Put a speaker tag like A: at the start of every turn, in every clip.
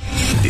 A: The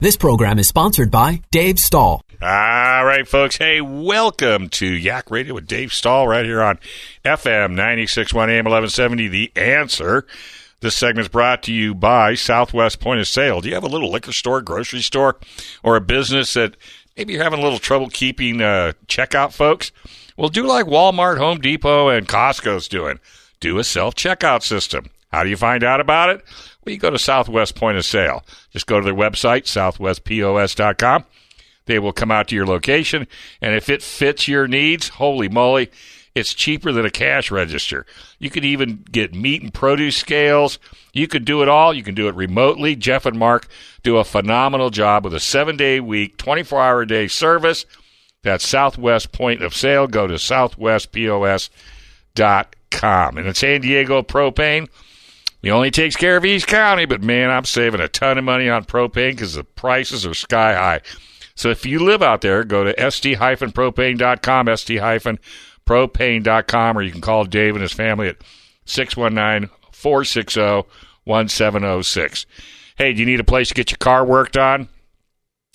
B: This program is sponsored by Dave Stahl.
C: All right, folks. Hey, welcome to Yak Radio with Dave Stahl right here on FM 961 AM 1170. The answer. This segment's brought to you by Southwest Point of Sale. Do you have a little liquor store, grocery store, or a business that maybe you're having a little trouble keeping uh, checkout, folks? Well, do like Walmart, Home Depot, and Costco's doing. Do a self checkout system. How do you find out about it? Well, you go to Southwest Point of Sale. Just go to their website, southwestpos.com. They will come out to your location, and if it fits your needs, holy moly, it's cheaper than a cash register. You could even get meat and produce scales. You could do it all. You can do it remotely. Jeff and Mark do a phenomenal job with a seven day week, 24 hour day service. That's Southwest Point of Sale. Go to southwestpos.com. And in San Diego propane, he only takes care of East County, but man, I'm saving a ton of money on propane because the prices are sky high. So if you live out there, go to st-propane.com, st-propane.com, or you can call Dave and his family at 619-460-1706. Hey, do you need a place to get your car worked on?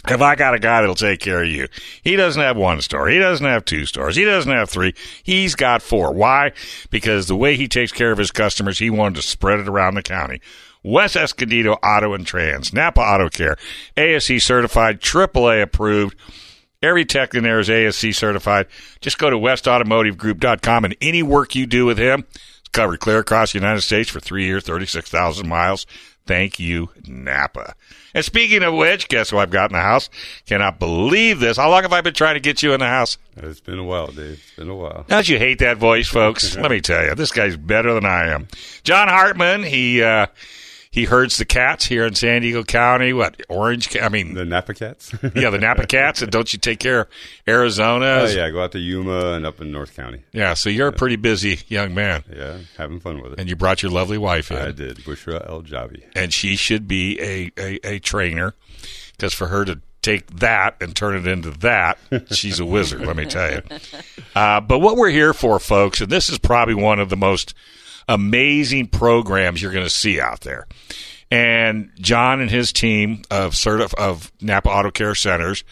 C: Have I got a guy that'll take care of you? He doesn't have one store. He doesn't have two stores. He doesn't have three. He's got four. Why? Because the way he takes care of his customers, he wanted to spread it around the county. West Escondido Auto and Trans, Napa Auto Care, ASC certified, AAA approved. Every tech in there is ASC certified. Just go to westautomotivegroup.com and any work you do with him is covered clear across the United States for three years, 36,000 miles. Thank you, Napa. And speaking of which, guess who I've got in the house? Cannot believe this. How long have I been trying to get you in the house?
D: It's been a while, Dave. It's been a while.
C: Don't you hate that voice, folks? Let me tell you, this guy's better than I am. John Hartman, he uh, he herds the cats here in San Diego County. What Orange? Ca- I mean,
D: The Napa Cats?
C: yeah, the Napa cats. And don't you take care of Arizona?
D: oh, yeah. Go out to Yuma and up in North County.
C: Yeah, So you're a pretty busy young man,
D: Yeah. Having fun with it.
C: and you brought your lovely wife in.
D: I did. Bushra El Javi.
C: and she should be a, a, a trainer because for her to take that and turn it into that, she's a wizard, let me tell you. Uh, but what we're here for, folks, and this is probably one of the most amazing programs you're going to see out there. And John and his team of certif- of Napa Auto Care Centers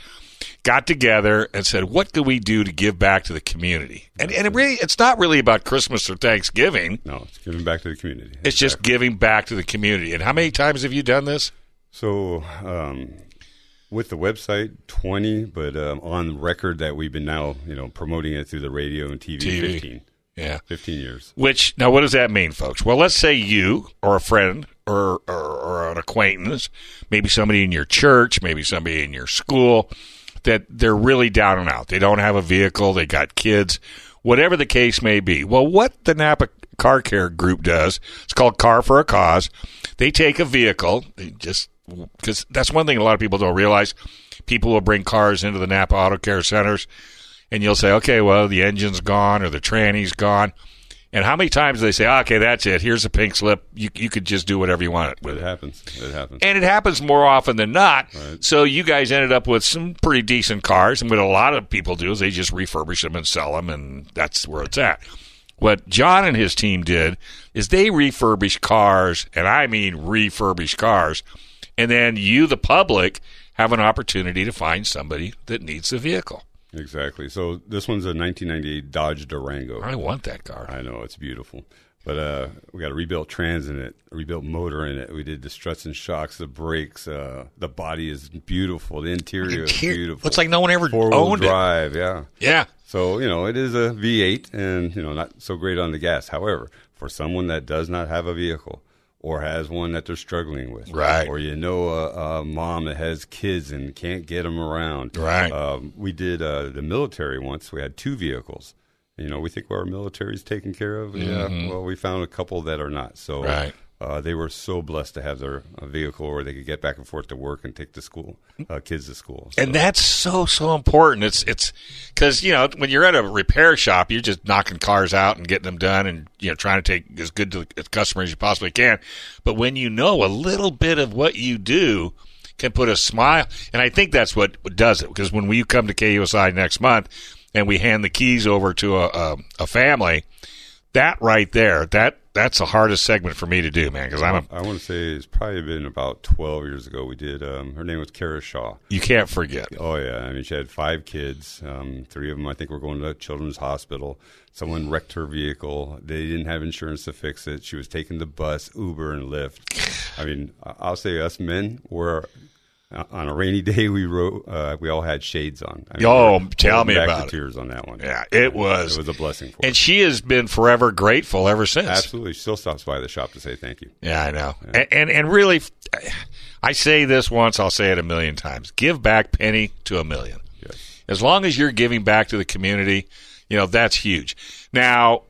C: got together and said, "What can we do to give back to the community?" And and it really, it's not really about Christmas or Thanksgiving.
D: No, it's giving back to the community.
C: It's just giving back to the community. And how many times have you done this?
D: So, um, with the website, 20, but um, on record that we've been now, you know, promoting it through the radio and TV,
C: TV.
D: 15.
C: Yeah.
D: 15 years.
C: Which now, what does that mean, folks? Well, let's say you or a friend or or, or an acquaintance, maybe somebody in your church, maybe somebody in your school, that they're really down and out. They don't have a vehicle. They got kids. Whatever the case may be. Well, what the Napa Car Care Group does, it's called Car for a Cause. They take a vehicle, they just because that's one thing a lot of people don't realize. People will bring cars into the Napa Auto Care Centers, and you'll say, okay, well, the engine's gone or the tranny's gone. And how many times do they say, okay, that's it. Here's a pink slip. You, you could just do whatever you want with
D: It
C: it.
D: happens. It happens.
C: And it happens more often than not. So you guys ended up with some pretty decent cars. And what a lot of people do is they just refurbish them and sell them, and that's where it's at. What John and his team did is they refurbished cars, and I mean refurbished cars. And then you, the public, have an opportunity to find somebody that needs the vehicle.
D: Exactly. So, this one's a 1998 Dodge Durango.
C: I want that car.
D: I know it's beautiful, but uh, we got a rebuilt trans in it, a rebuilt motor in it. We did the struts and shocks, the brakes. Uh, the body is beautiful. The interior is
C: Here-
D: beautiful.
C: looks like no one ever
D: Four-wheel
C: owned it.
D: drive, Yeah.
C: Yeah.
D: So you know it is a V8, and you know not so great on the gas. However, for someone that does not have a vehicle or has one that they're struggling with,
C: Right.
D: Or you know a, a mom that has kids and can't get them around,
C: Right.
D: Um, we did uh, the military once. We had two vehicles. You know, we think our military's taken care of. Yeah. Well, we found a couple that are not. So
C: Mm-hmm. Right.
D: Uh, they were so blessed to have their uh, vehicle where they could get back and forth to work and take the school uh, kids to school. So-
C: And that's so so important. It's it's because you know when you're at a repair shop, you're just knocking cars out and getting them done, and you know trying to take as good to the customer as you possibly can. But when you know a little bit of what you do can put a smile, and I think that's what does it. Because when we come to KUSI next month and we hand the keys over to a a, a family, that right there, that that's the hardest segment for me to do, man. Because I'm a,
D: I want to say it's probably been about 12 years ago. We did. Um, her name was Kara Shaw.
C: you can't forget.
D: Oh yeah, I mean she had five kids. Um, three of them, I think, were going to children's hospital. Someone wrecked her vehicle. They didn't have insurance to fix it. She was taking the bus, Uber, and Lyft. I mean, I- I'll say us men were uh, on a rainy day. We wrote. Uh, we all had shades on. I mean,
C: Oh,
D: we were
C: tell
D: holding
C: me
D: back
C: about
D: the
C: it.
D: Tears on that one.
C: Yeah, it was.
D: It was a blessing for
C: And
D: us.
C: she has been forever grateful ever since.
D: Absolutely, she still stops by the shop to say thank you.
C: Yeah, I know. And, and and really, f- I say this once, I'll say it a million times. Give back penny to a million. As long as you're giving back to the community, you know that's huge. Now,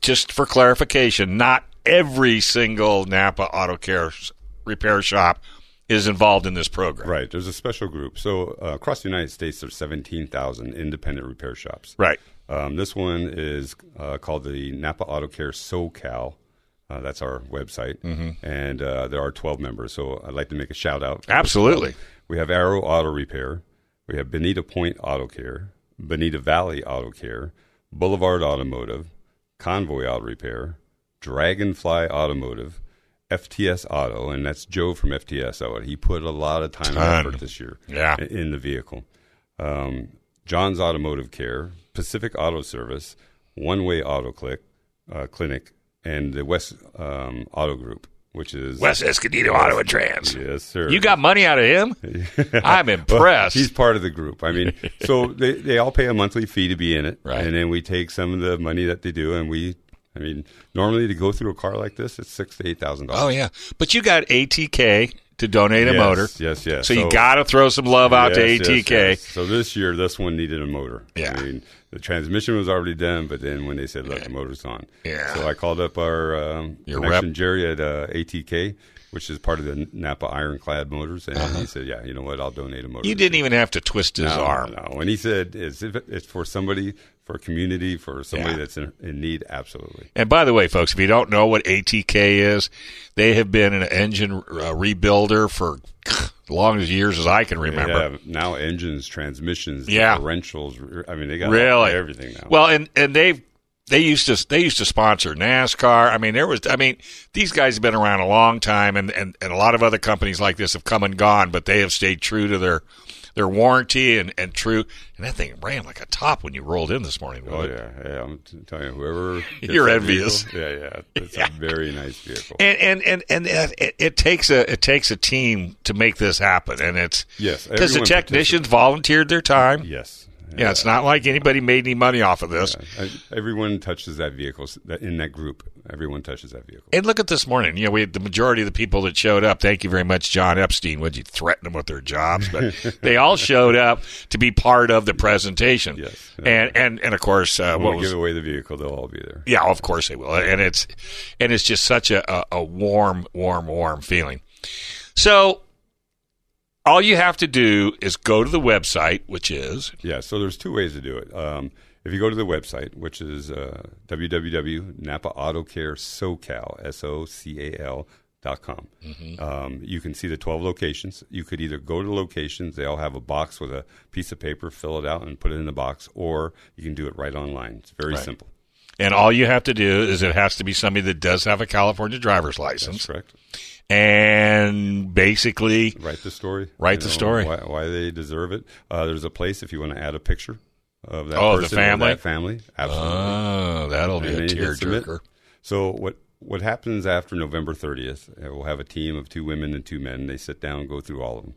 C: just for clarification, not every single Napa Auto Care s- repair shop is involved in this program.
D: Right. There's a special group. So uh, across the United States, there's 17,000 independent repair shops.
C: Right.
D: Um, this one is uh, called the Napa Auto Care SoCal. Uh, that's our website, and uh, there are 12 members. So I'd like to make a shout out.
C: Absolutely.
D: We have Arrow Auto Repair. We have Bonita Point Auto Care, Bonita Valley Auto Care, Boulevard Automotive, Convoy Auto Repair, Dragonfly Automotive, FTS Auto, and that's Joe from FTS Auto. He put a lot of time
C: Ton.
D: and effort this year
C: Yeah.
D: i- in the vehicle. Um, John's Automotive Care, Pacific Auto Service, One Way Auto Click, uh, Clinic, and the West um, Auto Group, which is
C: West Escondido Auto and Trans.
D: Yes, sir.
C: You got money out of him? I'm
D: Well,
C: impressed.
D: he's part of the group. I mean, so they, they all pay a monthly fee to be in it,
C: Right.
D: And then we take some of the money that they do, and we, I mean, normally to go through a car like this, it's six to eight thousand
C: Oh
D: dollars.
C: yeah, but you got ATK to donate a
D: Yes,
C: motor.
D: yes, yes.
C: So, you
D: So-
C: got to throw some love out to ATK.
D: So this year, this one needed a motor.
C: Yeah.
D: I mean, the transmission was already done, but then when they said, "Look, the motor's gone,"
C: Yeah.
D: So I called up our um,
C: Your
D: connection
C: rep.
D: Jerry at uh, ATK, which is part of the Napa Ironclad Motors, and he said, "Yeah, you know what? I'll donate a motor."
C: Uh-huh. You
D: this
C: didn't
D: year."
C: even have to twist his
D: no,
C: arm.
D: No, and he said it's, if it's for somebody, for a community, for somebody
C: Yeah.
D: that's in, in need. Absolutely.
C: And by the way, folks, if you don't know what ATK is, they have been an engine uh, rebuilder for as long as years as I can remember.
D: They have now engines, transmissions,
C: Yeah.
D: differentials. re- I mean, they got
C: really
D: everything now.
C: Well, and and they they used to they used to sponsor NASCAR. I mean, there was I mean these guys have been around a long time, and and, and a lot of other companies like this have come and gone, but they have stayed true to their their warranty and and true. And that thing ran like a top when you rolled in this morning.
D: oh
C: wasn't it?
D: yeah, yeah. I'm t- telling you, whoever gets
C: You're
D: that
C: envious.
D: vehicle- yeah, yeah. It's a very nice vehicle.
C: And and and, and uh, it, it takes a it takes a team to make this happen, and it's
D: Yes,
C: because the
D: everyone
C: technicians volunteered their time. Yeah.
D: yes.
C: it's not like anybody made any money off of this.
D: Uh, Everyone touches that vehicle s- that- in that group. Everyone touches that vehicle.
C: And look at this morning. You know, we had the majority of the people that showed up. Thank you very much, John Epstein. Would you threaten them with their jobs? But they all showed up to be part of the presentation.
D: Yes.
C: And and and of course, uh,
D: When
C: what
D: we
C: was
D: give away the vehicle, they'll all be there.
C: yeah, of course they will. And it's and it's just such a, a, a warm, warm, warm feeling. So all you have to do is go to the website, which is
D: Yeah, so there's two ways to do it. Um, if you go to the website, which is uh, www.napaautocare.socal, S-O-C-A-L dot com,
C: Mm-hmm.
D: um, you can see the 12 locations. You could either go to locations, they all have a box with a piece of paper, fill it out and put it in the box, or you can do it right online. It's very simple.
C: and all you have to do is it has to be somebody that does have a California driver's license.
D: That's correct.
C: And basically
D: Write the story.
C: Write
D: you
C: the story.
D: Why, why they deserve it. Uh, there's a place if you want to add a picture of that
C: Oh, the
D: person
C: family?
D: or that family. Absolutely.
C: Oh, that'll be
D: And
C: a
D: then you hit submit.
C: tearjerker.
D: So what what happens after November 30th? uh, We'll have a team of two women and two men. They sit down, and go through all of them.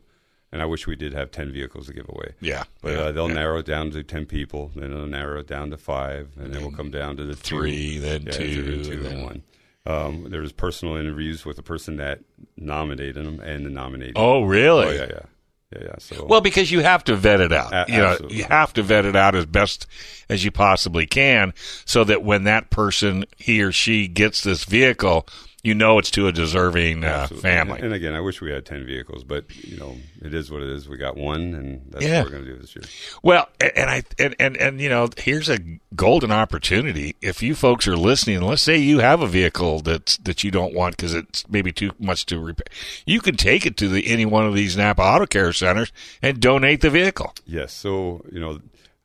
D: And I wish we did have 10 vehicles to give away.
C: Yeah,
D: But
C: yeah,
D: uh, they'll
C: yeah.
D: narrow it down to 10 people. Then they'll narrow it down to five. And then we'll come down to the two.
C: three, then
D: Yeah,
C: two,
D: three, two,
C: then-
D: and one. Um, there's personal interviews with the person that nominated them and the nominee.
C: Oh, really?
D: yeah, yeah. Yeah, yeah. So,
C: Well, because you have to vet it out.
D: A-
C: you know,
D: absolutely.
C: you have to vet it out as best as you possibly can, so that when that person, he or she, gets this vehicle, you know it's to a deserving uh,
D: Absolutely.
C: family.
D: And again, I wish we had ten vehicles, but you know, it is what it is. We got one, and that's
C: Yeah.
D: what we're going to do this year.
C: Well, a- and I and, and and you know, here's a golden opportunity. If you folks are listening, let's say you have a vehicle that's that you don't want because it's maybe too much to repair, you can take it to the any one of these Napa Auto Care centers and donate the vehicle.
D: Yes. So you know,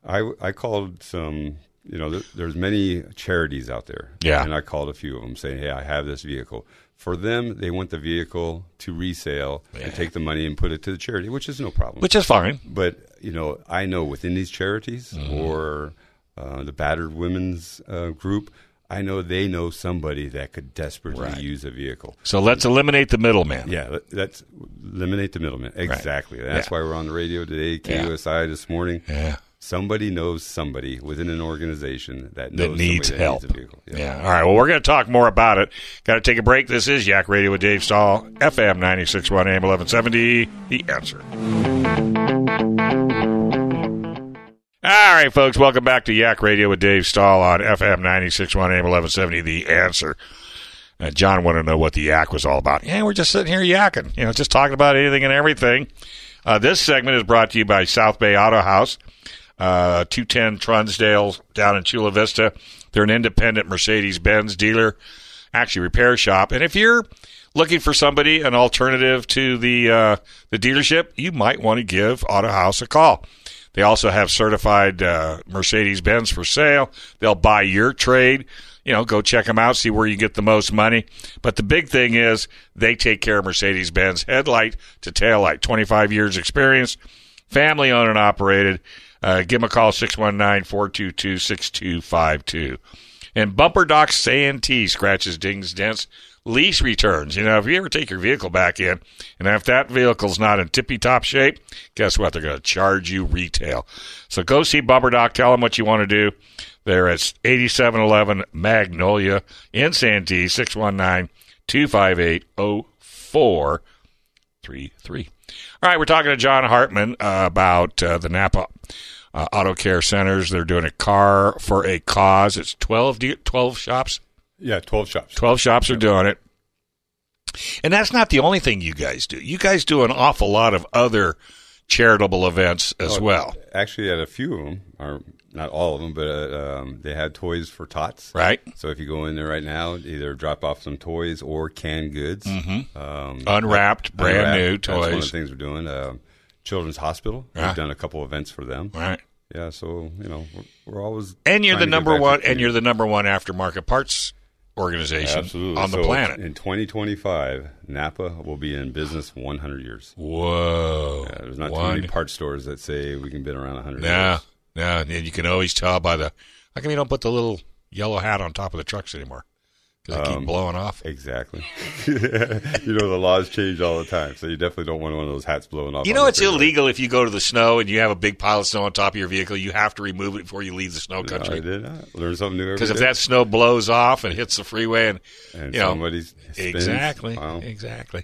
D: I I called some. You know, there, there's many charities out there.
C: Yeah.
D: And I called a few of them saying, "Hey, I have this vehicle." For them, they want the vehicle to resale and take the money and put it to the charity, which is no problem.
C: Which is fine.
D: but you know, I know within these charities
C: Mm-hmm.
D: or uh, the battered women's uh, group, I know they know somebody that could desperately use a vehicle.
C: So let's eliminate the middleman.
D: Yeah, that- that's eliminate the middleman. Exactly. That's
C: Yeah.
D: why we're on the radio today,
C: Yeah.
D: KUSI this morning.
C: Yeah.
D: Somebody knows somebody within an organization that knows
C: that
D: somebody
C: needs
D: that
C: help.
D: Needs a vehicle.
C: yeah. All right. Well, we're going to talk more about it. Got to take a break. This is Yak Radio with Dave Stahl, FM 961 AM 1170. The answer. All right, folks. Welcome back to Yak Radio with Dave Stahl on FM 961 AM 1170. The answer. Uh, John wanted to know what the yak was all about. Yeah, we're just sitting here yakking, you know, just talking about anything and everything. Uh, this segment is brought to you by South Bay Auto House, uh, 210 Trunsdale down in Chula Vista. They're an independent Mercedes Benz dealer, actually repair shop. And if you're looking for somebody, an alternative to the uh, the dealership, you might want to give Auto House a call. They also have certified uh, Mercedes Benz for sale. They'll buy your trade. You know, go check them out, see where you get the most money. But the big thing is they take care of Mercedes Benz headlight to taillight. 25 years experience, family owned and operated. Uh, give them a call, 619 422 6252. And Bumper Doc Santee scratches, dings, dents, lease returns. You know, if you ever take your vehicle back in, and if that vehicle's not in tippy top shape, guess what? They're going to charge you retail. So go see Bumper Doc. Tell them what you want to do. They're at 8711 Magnolia in Santee, 619 258 04 three three. All right, we're talking to John Hartman uh, about uh, the Napa uh, Auto Care Centers. They're doing a car for a cause. It's 12, de- 12 shops.
D: Yeah, 12 shops.
C: Twelve shops are doing it, and that's not the only thing you guys do. You guys do an awful lot of other charitable events as well,
D: Oh, Actually, at a few of them, or not all of them, but uh, um, they had toys for tots.
C: right?
D: So if you go in there right now, either drop off some toys or canned goods. Mm-hmm. Um,
C: Unwrapped, brand
D: unwrapped.
C: new
D: That's one of the
C: toys,
D: things we're doing. Um Children's Hospital.
C: Yeah.
D: We've done a couple events for them.
C: right?
D: Yeah, so you know we're, we're always
C: And you're the
D: trying to give
C: number
D: back to
C: one, and
D: community.
C: you're the number one aftermarket parts organization
D: Absolutely.
C: on the
D: So
C: planet.
D: In 2025, Napa will be in business 100 years.
C: Whoa!
D: Yeah, there's not
C: One-
D: too many parts stores that say we can bid around 100
C: No,
D: years.
C: no, and you can always tell by the. How come you don't put the little yellow hat on top of the trucks anymore? Because they
D: Um,
C: keep blowing off.
D: Exactly. you know the laws change all the time, so you definitely don't want one of those hats blowing off.
C: You
D: on
C: know
D: the
C: it's
D: freeway.
C: illegal if you go to the snow and you have a big pile of snow on top of your vehicle. You have to remove it before you leave the snow
D: No, I
C: country.
D: did not learn something new every
C: Because if
D: day.
C: that snow blows off and hits the freeway and,
D: and
C: you know,
D: somebody spins,
C: Exactly.
D: wow.
C: Exactly.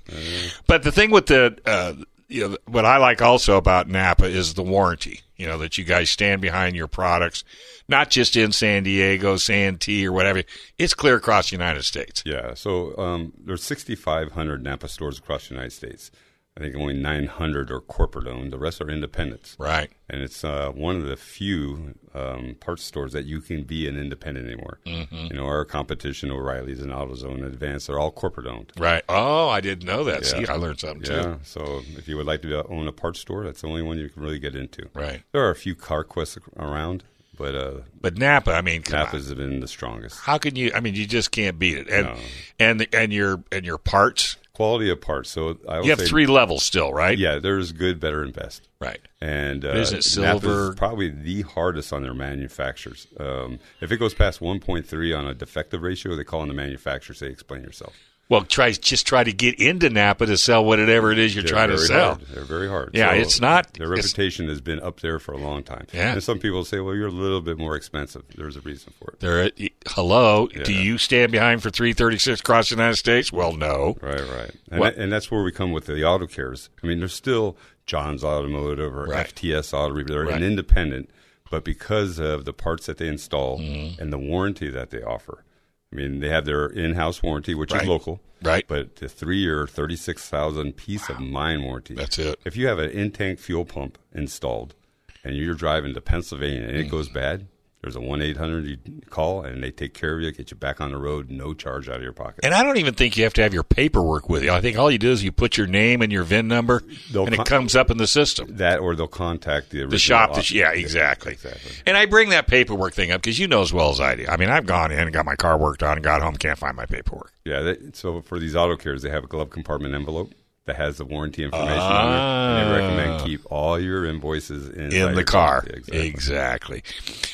C: But the thing with the, uh, you know, what I like also about Napa is the warranty. You know that you guys stand behind your products, not just in San Diego, Santee, or whatever. It's clear across the United States.
D: Yeah. So um, there's 6,500 Napa stores across the United States. I think only 900 are corporate owned. The rest are independents.
C: Right.
D: And it's uh, one of the few um, parts stores that you can be an independent anymore.
C: Mm-hmm.
D: You know, our competition, O'Reilly's and AutoZone, Advance, they're all corporate owned.
C: Right. Oh, I didn't know that. See,
D: Yeah.
C: I learned something too.
D: Yeah. So if you would like to uh, own a parts store, that's the only one you can really get into.
C: Right.
D: There are a few car quests ac- around, but uh,
C: But Napa, I mean, come on.
D: Napa's have been the strongest.
C: how can you? I mean, you just can't beat it. And
D: No.
C: and and your and your parts.
D: Quality of parts. So I would
C: You have
D: say,
C: three levels still, right?
D: Yeah, there's good, better, and best.
C: Right.
D: and uh,
C: Is it
D: Napa's
C: silver?
D: probably the hardest on their manufacturers. Um, if it goes past 1.3 on a defective ratio, they call on the manufacturer. Say, explain yourself.
C: Well, try just try to get into Napa to sell whatever it is you're
D: They're
C: trying to
D: very
C: sell.
D: hard. They're very hard.
C: Yeah, it's not-
D: Their
C: it's-
D: reputation has been up there for a long time.
C: Yeah.
D: And some people say, well, you're a little bit more expensive. There's a reason for it.
C: There, hello. Do
D: Yeah.
C: you stand behind for three thirty six across the United States? Well, no.
D: Right, right. And,
C: What-
D: that, and that's where we come with the auto cares. I mean, there's still John's Automotive or
C: Right.
D: FTS Auto. Repair. They're
C: Right.
D: an
C: Mm-hmm.
D: independent, but because of the parts that they install and the warranty that they offer, I mean, they have their in-house warranty, which
C: Right.
D: is local,
C: Right.
D: But the three-year, thirty-six thousand peace of mind warranty.
C: That's it.
D: If you have an in-tank fuel pump installed, and you're driving to Pennsylvania and it goes
C: Mm-hmm.
D: bad, there's a one eight hundred you call, and they take care of you, get you back on the road, no charge out of your pocket.
C: And I don't even think you have to have your paperwork with you. I think all you do is you put your name and your VIN number,
D: They'll
C: and it
D: con-
C: comes up in the system.
D: that, or they'll contact the
C: The
D: original
C: shop that,
D: office.
C: you, yeah, exactly.
D: exactly.
C: And I bring that paperwork thing up because you know as well as I do. I mean, I've gone in and got my car worked on and got home, can't find my paperwork.
D: Yeah, that, so for these auto cares, they have a glove compartment envelope that has the warranty information on it, and they recommend keep all your invoices inside
C: Ah. in the
D: your
C: car.
D: Yeah,
C: Exactly.
D: exactly.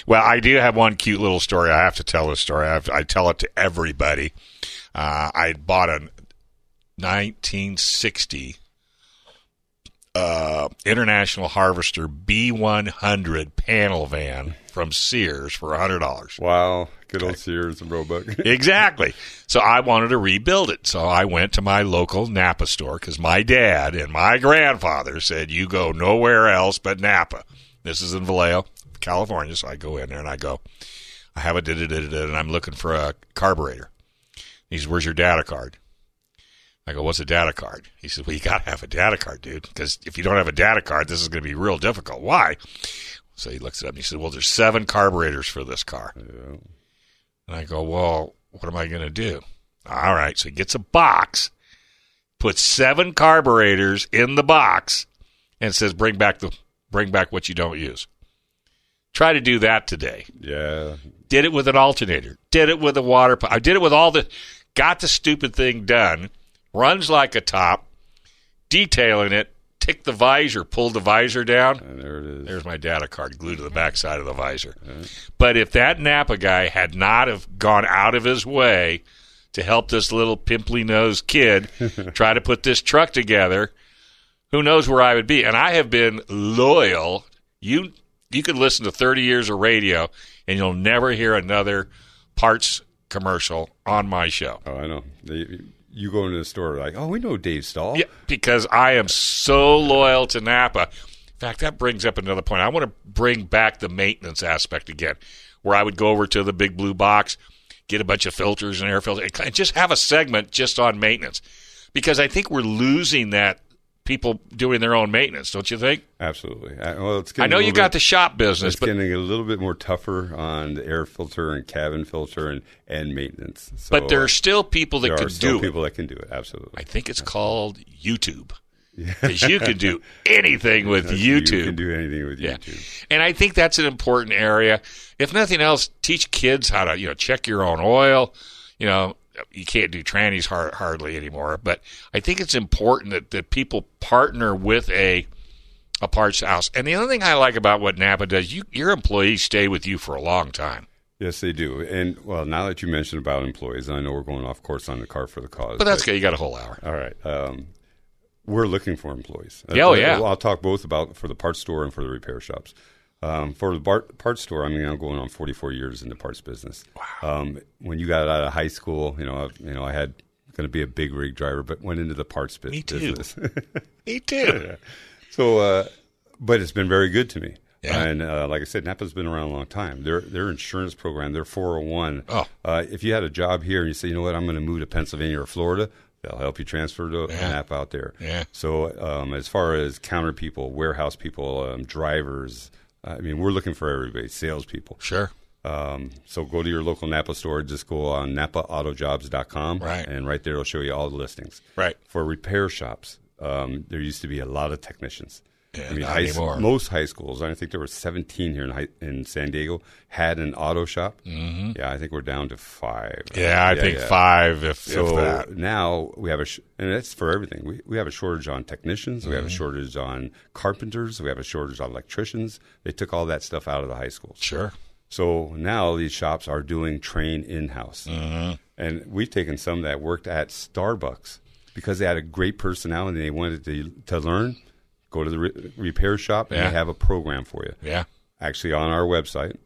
C: Well, I do have one cute little story. I have to tell this story. I, have to- I tell it to everybody. Uh, I bought a 1960 uh, International Harvester B100 panel van from Sears for $100.
D: Wow, good old Sears and Roebuck.
C: Exactly. So I wanted to rebuild it. So I went to my local Napa store because my dad and my grandfather said, You go nowhere else but Napa. This is in Vallejo, California. So I go in there and I go, I have a da da da da and I'm looking for a carburetor. He says, Where's your data card? I go, What's a data card? He says, Well, you got to have a data card, dude, because if you don't have a data card, this is going to be real difficult. Why? So he looks it up and he says, Well, there's seven carburetors for this car. And I go, well, what am I going to do? All right. So he gets a box, puts seven carburetors in the box, and says, bring back the bring back what you don't use. Try to do that today.
D: yeah,
C: Did it with an alternator. Did it with a water pump. I did it with all the. Got the stupid thing done. Runs like a top. Detailing it. Tick the visor. Pull the visor down.
D: and there it is.
C: There's my data card glued to the backside of the visor. But if that Napa guy had not have gone out of his way to help this little pimply nosed kid try to put this truck together, who knows where I would be? And I have been loyal. You you could listen to 30 years of radio and you'll never hear another parts commercial on my show.
D: oh, I know. They, you go into the store like, oh, we know Dave Stahl.
C: Yeah, because I am so loyal to Napa. In fact, that brings up another point. I want to bring back the maintenance aspect again, where I would go over to the big blue box, get a bunch of filters and air filters, and just have a segment just on maintenance, because I think we're losing that people doing their own maintenance. Don't you think?
D: Absolutely. I, well, it's
C: I
D: getting
C: know
D: a
C: you
D: little
C: got
D: bit-
C: the shop business,
D: It's
C: but
D: getting a little bit more tougher on the air filter and cabin filter and, and maintenance. So,
C: but there
D: uh,
C: are still people that
D: there are
C: could
D: still
C: do it.
D: people that can do it. Absolutely.
C: I think it's called YouTube, because you can do anything with YouTube.
D: You can do anything with
C: Yeah.
D: YouTube.
C: And I think that's an important area. If nothing else, teach kids how to, you know, check your own oil. You know, you can't do trannies har- hardly anymore, but I think it's important that, that people partner with a a parts house. And the other thing I like about what Napa does, you your employees stay with you for a long time.
D: Yes, they do. And well, now that you mentioned about employees, and I know we're going off course on the car for the cause.
C: But that's good. You got a whole hour.
D: all right. Um, we're looking for employees. uh,
C: Yeah, oh, yeah.
D: Well, I'll talk both about for the parts store and for the repair shops. Um, for the bar- parts store, I mean, I'm going on 44 years in the parts business. Wow. Um, when you got out of high school, you know, I, you know, I had going to be a big rig driver, but went into the parts bu-
C: Me too.
D: business.
C: Me too.
D: So, uh, but it's been very good to me.
C: Yeah.
D: And uh, like I said, Napa's been around a long time. Their their insurance program, their 401.
C: Oh.
D: Uh, if you had a job here and you say, you know what, I'm going to move to Pennsylvania or Florida, they'll help you transfer to
C: Yeah.
D: Napa out there.
C: Yeah.
D: So, um, as far as counter people, warehouse people, um, drivers, I mean, we're looking for everybody, salespeople.
C: Sure.
D: Um, so go to your local Napa store. Just go on napaautojobs.com.
C: Right.
D: And right there, it'll show you all the listings.
C: Right.
D: For repair shops, um, there used to be a lot of technicians.
C: Yeah, not
D: high,
C: anymore.
D: most high schools, I think there were 17 here in, high, in San Diego, had an auto shop. Mm-hmm. Yeah, I think we're down to five.
C: Yeah, I think
D: yeah.
C: five if, if
D: So
C: that.
D: now we have a, sh- and that's for everything. We, we have a shortage on technicians. We have
C: Mm-hmm.
D: a shortage on carpenters. We have a shortage on electricians. They took all that stuff out of the high schools.
C: Sure.
D: So now these shops are doing train in house.
C: Mm-hmm.
D: And we've taken some that worked at Starbucks because they had a great personality and they wanted to, to learn. Go to the re- repair shop and
C: Yeah.
D: they have a program for you.
C: Yeah. autocare
D: Actually, on our website,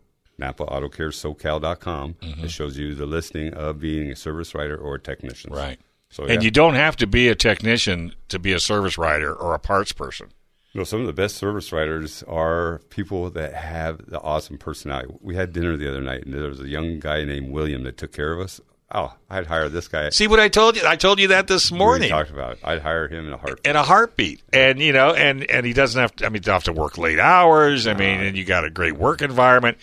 D: NapaAutoCareSoCal.com,
C: Mm-hmm.
D: it shows you the listing of being a service writer or a technician.
C: Right.
D: So,
C: And
D: yeah.
C: you don't have to be a technician to be a service writer or a parts person.
D: You know, some of the best service writers are people that have the awesome personality. We had dinner the other night, and there was a young guy named William that took care of us. oh, I'd hire this guy.
C: See what I told you? I told you that this
D: We
C: morning.
D: talked about. it. I'd hire him in a heartbeat.
C: in a heartbeat. And you know, and and he doesn't have to. I mean, don't have to work late hours. I mean, and you got a great work environment.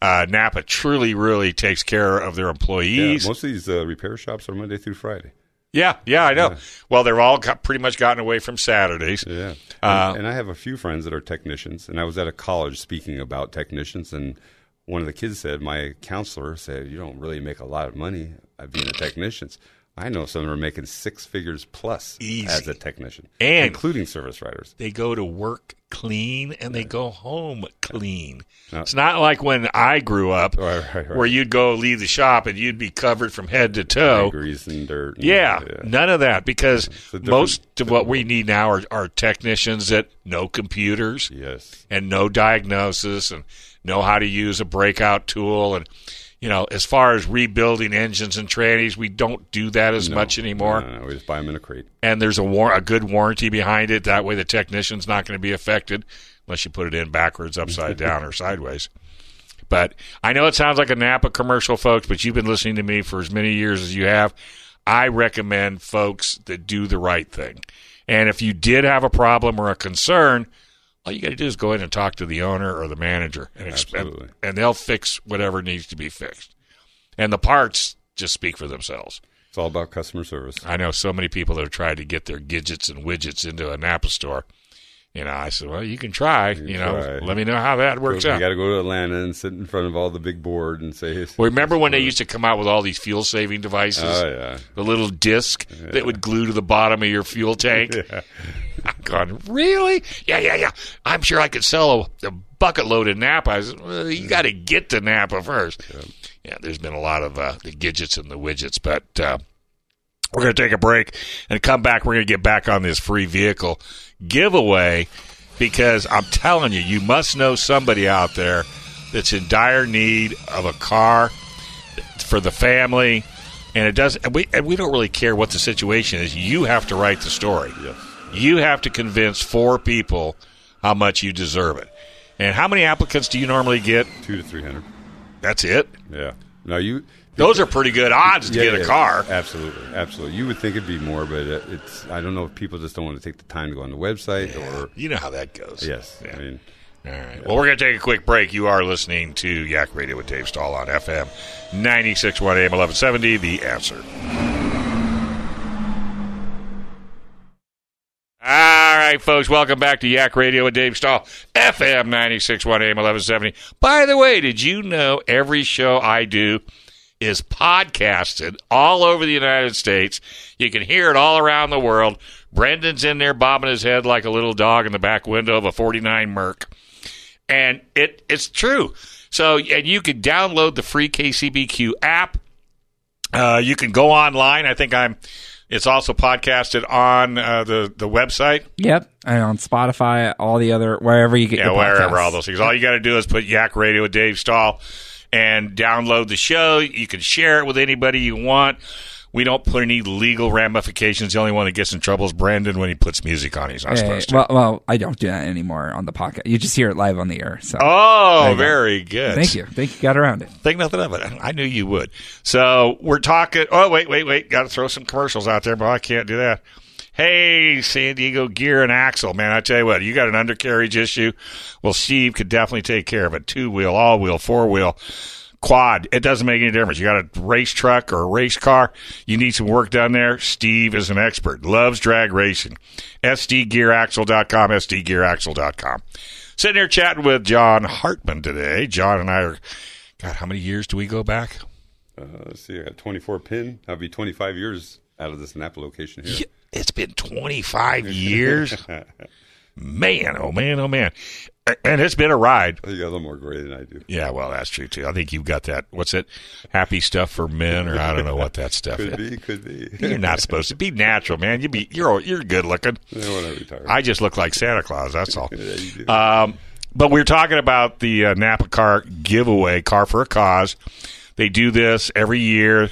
C: Uh, Napa truly, really takes care of their
D: Yeah,
C: employees. Yeah,
D: most of these uh, repair shops are Monday through Friday.
C: yeah, I know. Well, they're all got, pretty much gotten away from Saturdays.
D: Yeah. And,
C: Uh,
D: and I have a few friends that are technicians, and I was at a college speaking about technicians, and one of the kids said, My counselor said, You don't really make a lot of money at being a technician. I know some that are making six figures plus
C: Easy.
D: as a technician,
C: And-
D: including service writers.
C: They go to work clean and they go home clean.
D: Yeah.
C: It's not like when I grew up,
D: Right, right, right.
C: where you'd go leave the shop and you'd be covered from head to toe.
D: Grease and dirt. and-
C: Yeah, none of that because
D: a different-
C: most of what we need now are, are technicians that know computers
D: Yes.
C: and know diagnosis and know how to use a breakout tool and you know as far as rebuilding engines and trannies we don't do that as much anymore
D: No, no, no, we just buy them in a crate.
C: and there's a war a good warranty behind it that way the technician's not going to be affected unless you put it in backwards upside down or sideways but I know it sounds like a Napa commercial, folks, but you've been listening to me for as many years as you have. I recommend folks that do the right thing. And if you did have a problem or a concern, all you got to do is go in and talk to the owner or the manager, and, ex-
D: Absolutely.
C: and, and they'll fix whatever needs to be fixed. And the parts just speak for themselves.
D: It's all about customer service.
C: I know so many people that have tried to get their gadgets and widgets into a Napa store. You know, I said, well, you can try. You,
D: can
C: know,
D: try.
C: let me know how that works
D: you
C: out.
D: got to go to Atlanta and sit in front of all the big board and say,
C: Well, remember when they used to come out with all these fuel saving devices?
D: Oh, yeah.
C: The little disc that would glue to the bottom of your fuel tank. I've gone, really? Yeah, yeah, yeah. I'm sure I could sell a, a bucket load in Napa. I said, well, you got to get to Napa first. Yeah. there's been a lot of uh, the gadgets and the widgets, but uh, we're going to take a break and come back. We're going to get back on this free vehicle giveaway because I'm telling you, you must know somebody out there that's in dire need of a car for the family, and it doesn't. And we and we don't really care what the situation is. You have to write the story. You have to convince four people how much you deserve it. And how many applicants do you normally get?
D: two to 300.
C: That's it.
D: Yeah. No, you.
C: Those are pretty good odds to
D: Yeah, Uh,
C: get a
D: yeah,
C: car.
D: Absolutely, absolutely. You would think it'd be more, but it, it's. I don't know if people just don't want to take the time to go on the website or.
C: You know how that goes.
D: Yes,
C: Yeah.
D: I mean,
C: All right. Well, we're going to take a quick break. You are listening to Yak Radio with Dave Stahl on FM 961 AM 1170. The answer. All right, folks, welcome back to Yak Radio with Dave Stahl, FM 961 AM 1170. By the way, did you know every show I do is podcasted all over the United States? You can hear it all around the world. Brendan's in there bobbing his head like a little dog in the back window of a 49 Merc and it it's true. So and you can download the free KCBQ app. Uh, you can go online. I think I'm. It's also podcasted on uh, the the website.
E: Yep, and on Spotify, all the other wherever you get
C: Yeah,
E: your
C: wherever
E: podcasts.
C: all those things. All you got to do is put Yak Radio with Dave Stahl and download the show. You can share it with anybody you want. We don't put any legal ramifications. The only one that gets in trouble is Brandon when he puts music on. He's not
E: Yeah, yeah,
C: supposed to.
E: well, well, I don't do that anymore on the podcast. You just hear it live on the air. So
C: oh,
E: go.
C: very good.
E: thank you, thank you. Got around it.
C: Think nothing of it. I knew you would. So we're talking. Oh, wait, wait, wait. Got to throw some commercials out there, but I can't do that. Hey, San Diego Gear and Axle, man. I tell you what, you got an undercarriage issue. Well, Steve could definitely take care of it. Two wheel, all wheel, four wheel, quad. It doesn't make any difference. You got a race truck or a race car. You need some work done there. Steve is an expert. Loves drag racing. SDGearAxle.com, SDGearAxle.com. Sitting here chatting with John Hartman today. John and I are God, how many years do we go back?
D: uh, let's see, I got 24 pin. I'll be 25 years out of this Napa location here.
C: It's been 25 years. man, oh man, oh man. A- And it's been a ride.
D: You got a little more gray than I do.
C: Yeah, well, that's true too. I think you've got that. What's it? Happy stuff for men, or I don't know what that stuff
D: Could
C: is.
D: be, could be.
C: You're not supposed to be natural, man. You be you're you're good looking.
D: Yeah, when I retire,
C: I just look like Santa Claus. That's all.
D: Yeah, you do.
C: Um, but we're talking about the uh, Napa Car giveaway, Car for a Cause. They do this every year.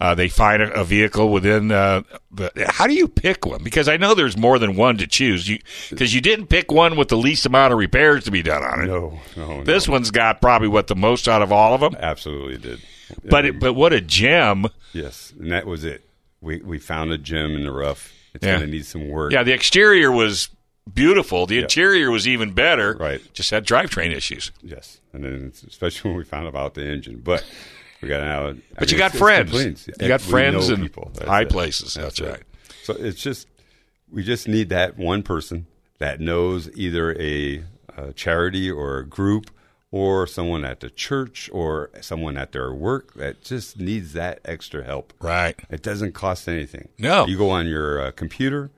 C: Uh, they find a, a vehicle within uh, the. How do you pick one? Because I know there's more than one to choose. You because you didn't pick one with the least amount of repairs to be done on it.
D: no, no, no.
C: This one's got probably what the most out of all of them.
D: absolutely did.
C: But it, but what a gem!
D: Yes, and that was it. We we found a gem in the rough. It's
C: Yeah.
D: gonna need some work.
C: Yeah, the exterior was beautiful. The interior was even better.
D: Right.
C: Just had drivetrain issues.
D: Yes, and then it's- especially when we found out about the engine, but we got out.
C: But you got friends. You got friends in high places. That's right.
D: So it's just we just need that one person that knows either a, a charity or a group or someone at the church or someone at their work that just needs that extra help.
C: Right.
D: It doesn't cost anything.
C: No.
D: You go on your uh, computer,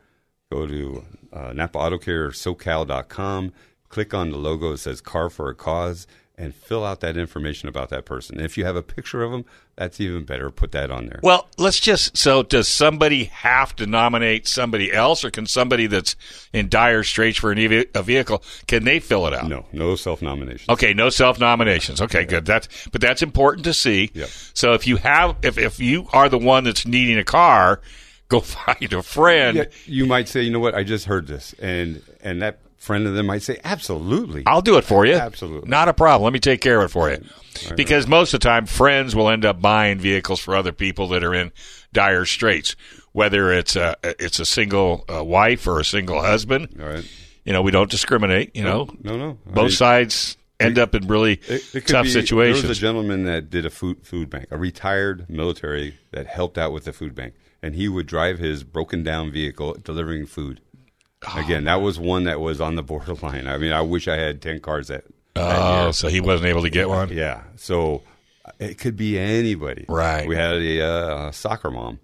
D: go to uh, Napa Auto Care, SoCal.com, click on the logo that says Car for a Cause, and fill out that information about that person. If you have a picture of them, that's even better. Put that on there.
C: Well, let's just. So, does somebody have to nominate somebody else, or can somebody that's in dire straits for an EV, a vehicle can they fill it out?
D: no, no self nomination.
C: Okay, no self nominations. Okay, good. That's but that's important to see.
D: Yep.
C: So if you have if if you are the one that's needing a car, go find a friend.
D: Yeah, you might say, you know what? I just heard this, and and that friend of them might say, absolutely.
C: I'll do it for you.
D: Absolutely.
C: Not a problem. Let me take care of it for you. Because most of the time, friends will end up buying vehicles for other people that are in dire straits, whether it's a, it's a single uh, wife or a single husband.
D: All right.
C: You know, we don't discriminate, you know.
D: No, no. I
C: Both
D: mean,
C: sides end up in really
D: It- it
C: tough
D: could be- There was
C: situations.
D: a gentleman that did a food food bank, a retired military that helped out with the food bank, and he would drive his broken down vehicle delivering food.
C: Ah.
D: Again, that was one that was on the borderline. I mean, I wish I had ten cars that. that
C: oh,
D: year.
C: so he wasn't able to get one.
D: yeah. So uh, it could be anybody.
C: Right.
D: We had a uh, soccer mom.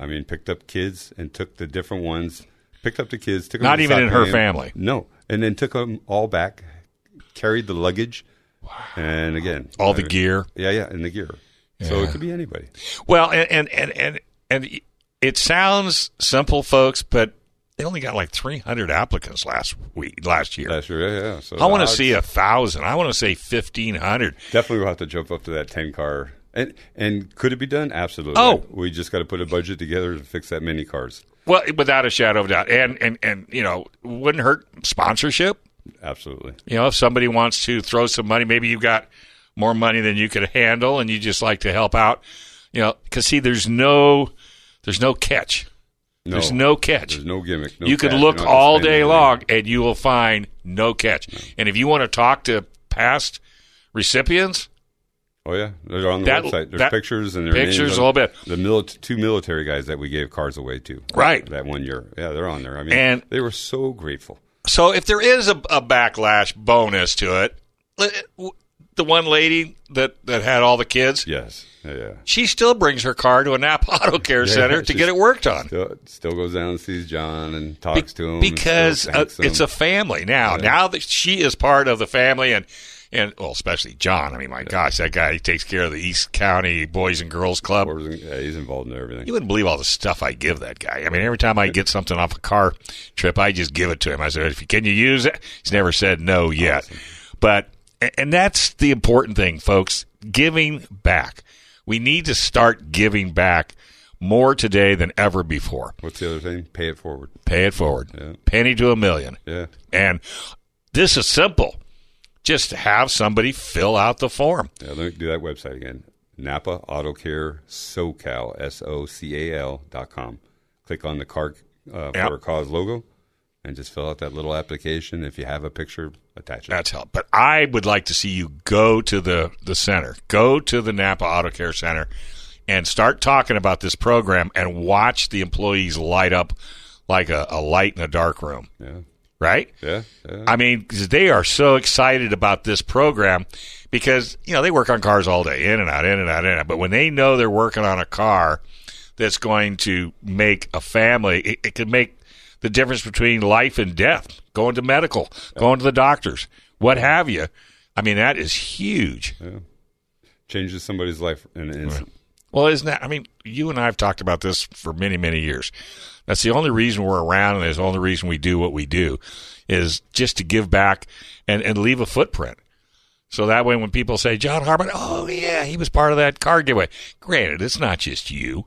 D: I mean, picked up kids and took the different ones. Picked up the kids. Took 'em
C: Not
D: to the
C: even in
D: soccer
C: her
D: game.
C: family.
D: No, and then took them all back. Carried the luggage. And again,
C: All
D: I
C: the
D: mean-
C: gear.
D: yeah, yeah, in the gear. So it could be anybody.
C: Well, and and and and, and it sounds simple, folks, but they only got like 300 applicants last week, last year.
D: That's true. Yeah, yeah. So
C: I want
D: I'd
C: to see a thousand. I want to say fifteen hundred.
D: Definitely, we'll have to jump up to that ten car. And and could it be done? Absolutely.
C: Oh.
D: we just got to put a budget together to fix that many cars.
C: Well, without a shadow of a doubt, and and and you know, wouldn't hurt sponsorship.
D: Absolutely.
C: You know, if somebody wants to throw some money, maybe you got more money than you could handle, and you just like to help out. You know, because see, there's no, there's no catch.
D: No,
C: There's no catch.
D: There's no gimmick. no
C: you could
D: catch,
C: look
D: you're not gonna
C: all
D: spend
C: day
D: anything.
C: long and you will find no catch. And if you want to talk to past recipients,
D: Oh yeah, they're on the
C: That-
D: website. There's
C: that-
D: pictures and their names
C: pictures,
D: on-
C: a little bit.
D: The mili- two military guys that we gave cars away to.
C: Right.
D: That one year. Yeah, they're on there. I mean,
C: And-
D: they were so grateful.
C: so if there is a, a backlash bonus to it, let- the one lady that, that had all the kids,
D: Yes. Yeah. yeah.
C: she still brings her car to a Nap Auto Care
D: Yeah,
C: Center to
D: she's-
C: get it worked on.
D: Still, still goes down and sees John and
C: Be-
D: talks to him and
C: because
D: still
C: uh,
D: thanks him.
C: it's a family now. Now that she is part of the family, and and well, especially John. I mean, my gosh, that guy he takes care of the East County Boys and Girls Club.
D: Yeah, uh, he's involved in everything.
C: You wouldn't believe all the stuff I give that guy. I mean, every time I get something off a car trip, I just give it to him. I said, "If- "Can you use it?" He's never said no yet. But and that's the important thing, folks. Giving back. We need to start giving back more today than ever before.
D: What's the other thing? Pay it forward.
C: Pay it forward. Penny to a million.
D: Yeah.
C: And this is simple. Just have somebody fill out the form.
D: Yeah, let me do that website again. Napa Auto Care SoCal S O C A L dot com. Click on the car uh,
C: Yep.
D: for a cause logo, and just fill out that little application. If you have a picture, attach it.
C: That's help. But I would like to see you go to the, the center, go to the Napa Auto Care Center, and start talking about this program and watch the employees light up like a, a light in a dark room.
D: yeah,
C: Right?
D: yeah, yeah.
C: I mean, 'cause they are so excited about this program because, you know, they work on cars all day, in and out, in and out, in and out. But when they know they're working on a car that's going to make a family, it, it could make the difference between life and death, going to medical, going to the doctors, what have you. I mean, that is huge.
D: Changes somebody's life in an instant.
C: Well, isn't that? I mean, you and I have talked about this for many, many years. That's the only reason we're around, and it's the only reason we do what we do, is just to give back and, and leave a footprint. So that way, when people say John Harmon, oh yeah, he was part of that car giveaway. Granted, it's not just you;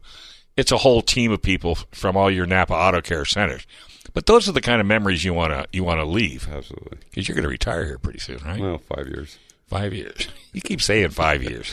C: it's a whole team of people from all your Napa Auto Care centers. But those are the kind of memories you wanna you wanna leave
D: Absolutely.
C: because you're gonna retire here pretty soon, right?
D: Well, five years.
C: Five years. You keep saying five years.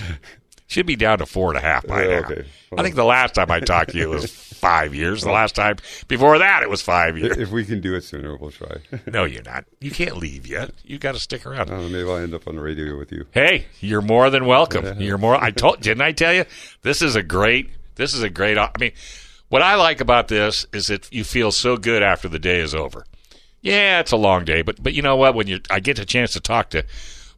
C: Should be down to four and a half by
D: Yeah,
C: now.
D: okay.
C: I think the last time I talked to you was five years. The last time before that, it was five years.
D: If we can do it sooner, we'll try.
C: No, you're not. You can't leave yet. You got to stick around.
D: Uh, maybe I'll end up on the radio with you.
C: Hey, you're more than welcome. You're more. I told didn't I tell you this is a great. This is a great. I mean, what I like about this is that you feel so good after the day is over. Yeah, it's a long day, but but you know what? When you I get a chance to talk to